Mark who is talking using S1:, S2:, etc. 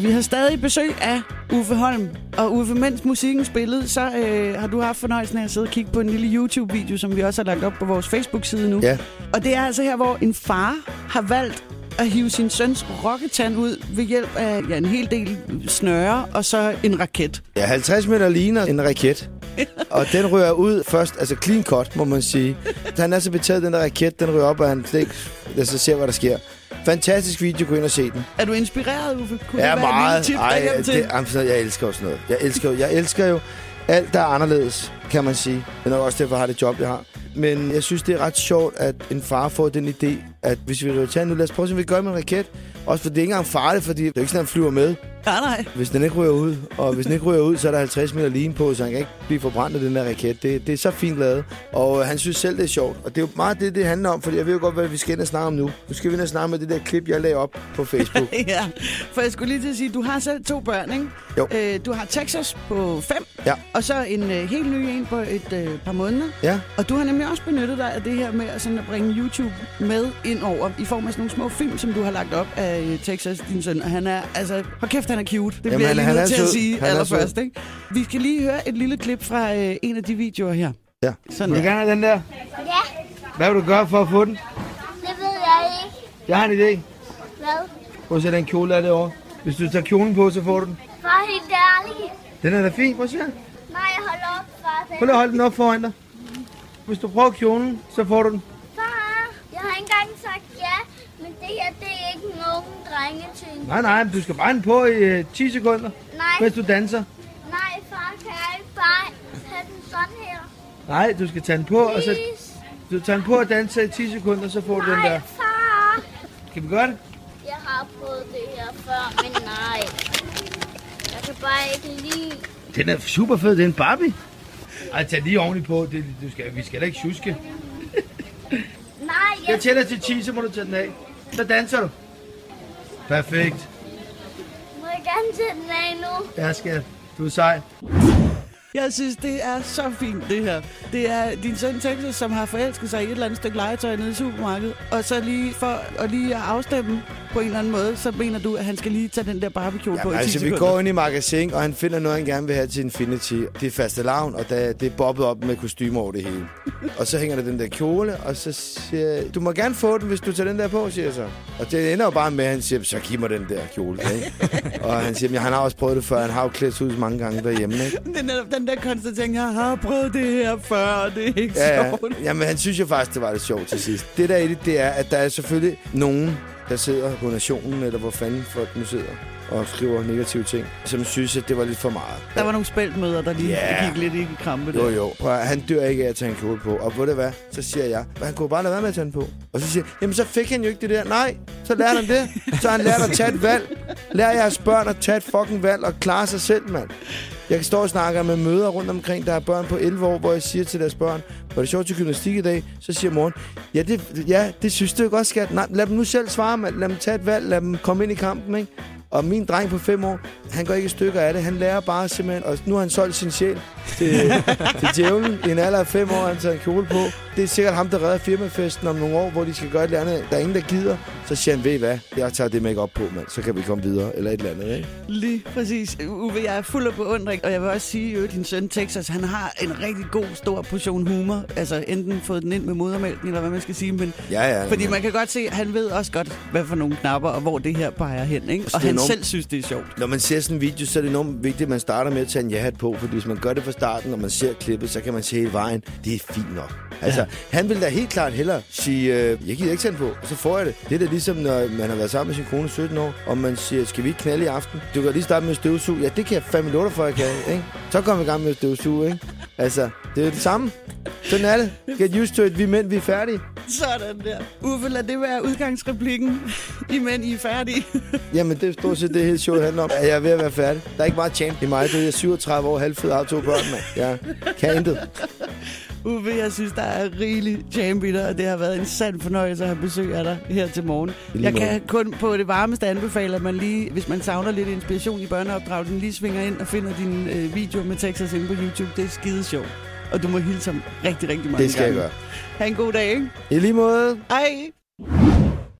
S1: Vi har stadig besøg af Uffe Holm, og Uffe, mens musikken spillede, så øh, har du haft fornøjelsen af at sidde og kigge på en lille YouTube-video, som vi også har lagt op på vores Facebook-side nu.
S2: Ja.
S1: Og det er altså her, hvor en far har valgt at hive sin søns rokketand ud ved hjælp af ja, en hel del snøre og så en raket.
S2: Ja, 50 meter ligner en raket. og den rører ud først, altså clean cut, må man sige. Han er så betaget den der raket, den rører op, og han slet ikke altså, ser, hvad der sker. Fantastisk video, gå ind og se den.
S1: Er du inspireret, Uffe? Kunne
S2: Ja,
S1: det være et lille
S2: meget.
S1: tip
S2: Ej,
S1: derhjemme til?
S2: det, jamen, sådan noget, jeg elsker jo sådan noget. Jeg elsker, jo, jeg elsker jo alt, der er anderledes, kan man sige. Men nok også derfor, jeg har det job, jeg har. Men jeg synes, det er ret sjovt, at en far får den idé, at hvis vi rører tanden nu, lad os prøve, at se, om vi gør med en raket. Også for det er ikke engang farligt, fordi det er jo ikke sådan, at han flyver med.
S1: Nej, nej.
S2: Hvis den ikke ryger ud, og hvis den ikke ryger ud, så er der 50 meter line på, så han kan ikke blive forbrændt af den der raket. Det, det er så fint lavet, og øh, han synes selv, det er sjovt. Og det er jo meget det, det handler om, for jeg ved jo godt, hvad vi skal ind og snakke om nu. Nu skal vi ind og snakke med det der klip, jeg lagde op på Facebook.
S1: Ja, for jeg skulle lige til at sige, du har selv to børn, ikke?
S2: Jo.
S1: Øh, du har Texas på fem,
S2: Ja.
S1: og så en øh, helt ny en på et øh, par måneder.
S2: ja,
S1: Og du har nemlig også benyttet dig af det her med at, sådan at bringe YouTube med ind over, i form af sådan nogle små film, som du har lagt op af øh, Texas, din søn. Og han er, altså, hold kæft, han er cute. Det bliver
S2: han-
S1: jeg lige
S2: han
S1: nødt
S2: er
S1: til at
S2: sød.
S1: sige
S2: Han er
S1: allerførst, ikke? Vi skal lige høre et lille klip fra øh, en af de videoer her.
S2: ja.
S1: Sådan
S3: Vil du
S1: der.
S3: gerne have den der?
S4: Ja,
S3: Hvad vil du gøre for at få den?
S4: det ved jeg ikke.
S3: Jeg har en idé.
S4: Hvad?
S3: Prøv at se, den kjole er derovre. Hvis du tager kjolen på, så får du den.
S4: Far, helt ærligt.
S3: Den er da fin, prøv at se. her.
S4: Nej, hold op, far.
S3: Prøv lige at holde den op foran dig. Hvis du prøver kjolen, så får du den.
S4: Far, jeg har ikke engang sagt ja, men det her, det er ikke nogen drengeting.
S3: Nej, nej, men du skal bare have den på i øh, 10 sekunder,
S4: Nej,
S3: mens du danser.
S4: nej, far, kan jeg ikke bare have den sådan her?
S3: Nej, du skal tage den på, og så
S4: Please.
S3: du tager den på og danser i 10 sekunder, så får du den der.
S4: Nej, far.
S3: Kan vi gøre det?
S4: Jeg har prøvet det her før, men nej. Jeg kan bare ikke lide.
S3: Den er super fed, det er en Barbie. Ej, tag lige ordentligt på. Det, du skal, vi skal da ikke tjuske.
S4: Nej,
S3: Jeg
S4: jeg...
S3: tæller til 10, så må du tage den af. Så danser du. Perfekt.
S4: Må jeg gerne tage den af nu?
S3: Ja, skat. Du er sej.
S1: Jeg synes, det er så fint, det her. Det er din søn Texas, som har forelsket sig i et eller andet stykke legetøj nede i supermarkedet. Og så lige for og lige at afstemme på en eller anden måde, så mener du, at han skal lige tage den der barbekjole på
S2: Jamen,
S1: i 10
S2: altså, vi
S1: sekunder.
S2: går ind i magasin, og han finder noget, han gerne vil have til Infinity. Det er faste lavn, og der, det er bobbet op med kostymer over det hele. og så hænger der den der kjole, og så siger jeg, du må gerne få den, hvis du tager den der på, siger jeg så. Og det ender jo bare med, at han siger, så giv mig den der kjole. Ikke? og han siger, "Men han har også prøvet det før, han har jo klædt sig ud mange gange derhjemme. Ikke?
S1: Det er netop den der konstatering, jeg har prøvet det her før, og det er ikke
S2: Ja, ja.
S1: sjovt.
S2: Jamen, han synes jo faktisk, det var lidt sjovt til sidst. Det der i det, det er, at der er selvfølgelig nogen, der sidder på nationen, eller hvor fanden folk nu sidder, og skriver negative ting, som synes, at det var lidt for meget.
S1: Der var nogle spæltmøder, der lige
S2: Ja.
S1: gik lidt i krampe der.
S2: Jo, jo. Prøv, at- han dør ikke af at tage en kjole på. Og ved du hvad? Så siger jeg, "Men han kunne bare lade være med at tage den på. Og så siger jeg, jamen så fik han jo ikke det der. Nej, så lærte han det. Så har han lært at tage et valg. Lær jeres børn at tage et fucking valg og klare sig selv, mand. Jeg kan stå og snakke med møder rundt omkring, der er børn på 11 år, hvor jeg siger til deres børn, var det sjovt til gymnastik i dag? Så siger moren, ja det, ja, det synes du jo godt, skat. Nej, lad dem nu selv svare, mand. Lad dem tage et valg. Lad dem komme ind i kampen, ikke? Og min dreng på 5 år, han går ikke i stykker af det. Han lærer bare simpelthen, og nu har han solgt sin sjæl til, til djævlen. I en alder af 5 år har han taget en kjole på. Det er sikkert ham, der redder firmafesten om nogle år, hvor de skal gøre et eller andet. Der er ingen, der gider. Så siger han, ved I hvad? Jeg tager det make op på, mand. Så kan vi komme videre. Eller et eller andet, ikke?
S1: Lige præcis. Uwe, jeg er fuld af beundring, og jeg vil også sige, at din søn Texas, han har en rigtig god, stor portion humor. Altså enten fået den ind med modermælken, eller hvad man skal sige, men
S2: Ja, ja.
S1: Fordi man kan godt se, at han ved også godt, hvad for nogle knapper og hvor det her peger hen. Ikke? Og
S2: Altså, det er
S1: han
S2: enormt-
S1: selv synes, det er sjovt.
S2: Når man ser sådan en video, så er det enormt vigtigt, at man starter med at tage en ja-hat på. Fordi hvis man gør det fra starten, og man ser klippet, så kan man se hele vejen. Det er fint nok. Altså, ja. han vil da helt klart hellere sige, øh, jeg gider ikke tænde på, og så får jeg det. Det er da ligesom, når man har været sammen med sin kone i 17 år, og man siger, skal vi ikke knalde i aften? Du kan lige starte med at støvsuge. Ja, det kan jeg fandme lutter for, jeg kan, ikke? Så kommer vi i gang med at støvsuge, ikke? Altså, det er jo det samme. Sådan er det. Get used to it. Vi er mænd, vi er færdige.
S1: Sådan der. Uffe, lad det være udgangsreplikken, imens I er færdige.
S2: Jamen, det er stort set det, hele showet handler om. At jeg er ved at være færdig. Der er ikke meget tjent i mig. Du ved, jeg er 37 år, halvfed, har to børn, mand. Jeg kan intet.
S1: Uffe, jeg synes, der er rigelig jambitter, og det har været en sand fornøjelse at have besøg af dig her til morgen.
S2: lige
S1: Jeg
S2: måde.
S1: kan kun på det varmeste anbefale, at man lige, hvis man savner lidt inspiration i børneopdragelsen, lige svinger ind og finder din øh, video med Texas inde på YouTube. Det er skide sjovt. Og du må hilse ham rigtig, rigtig mange
S2: Det skal jeg
S1: gange.
S2: gøre.
S1: Ha' en god dag, ikke?
S2: I lige måde.
S1: Hej!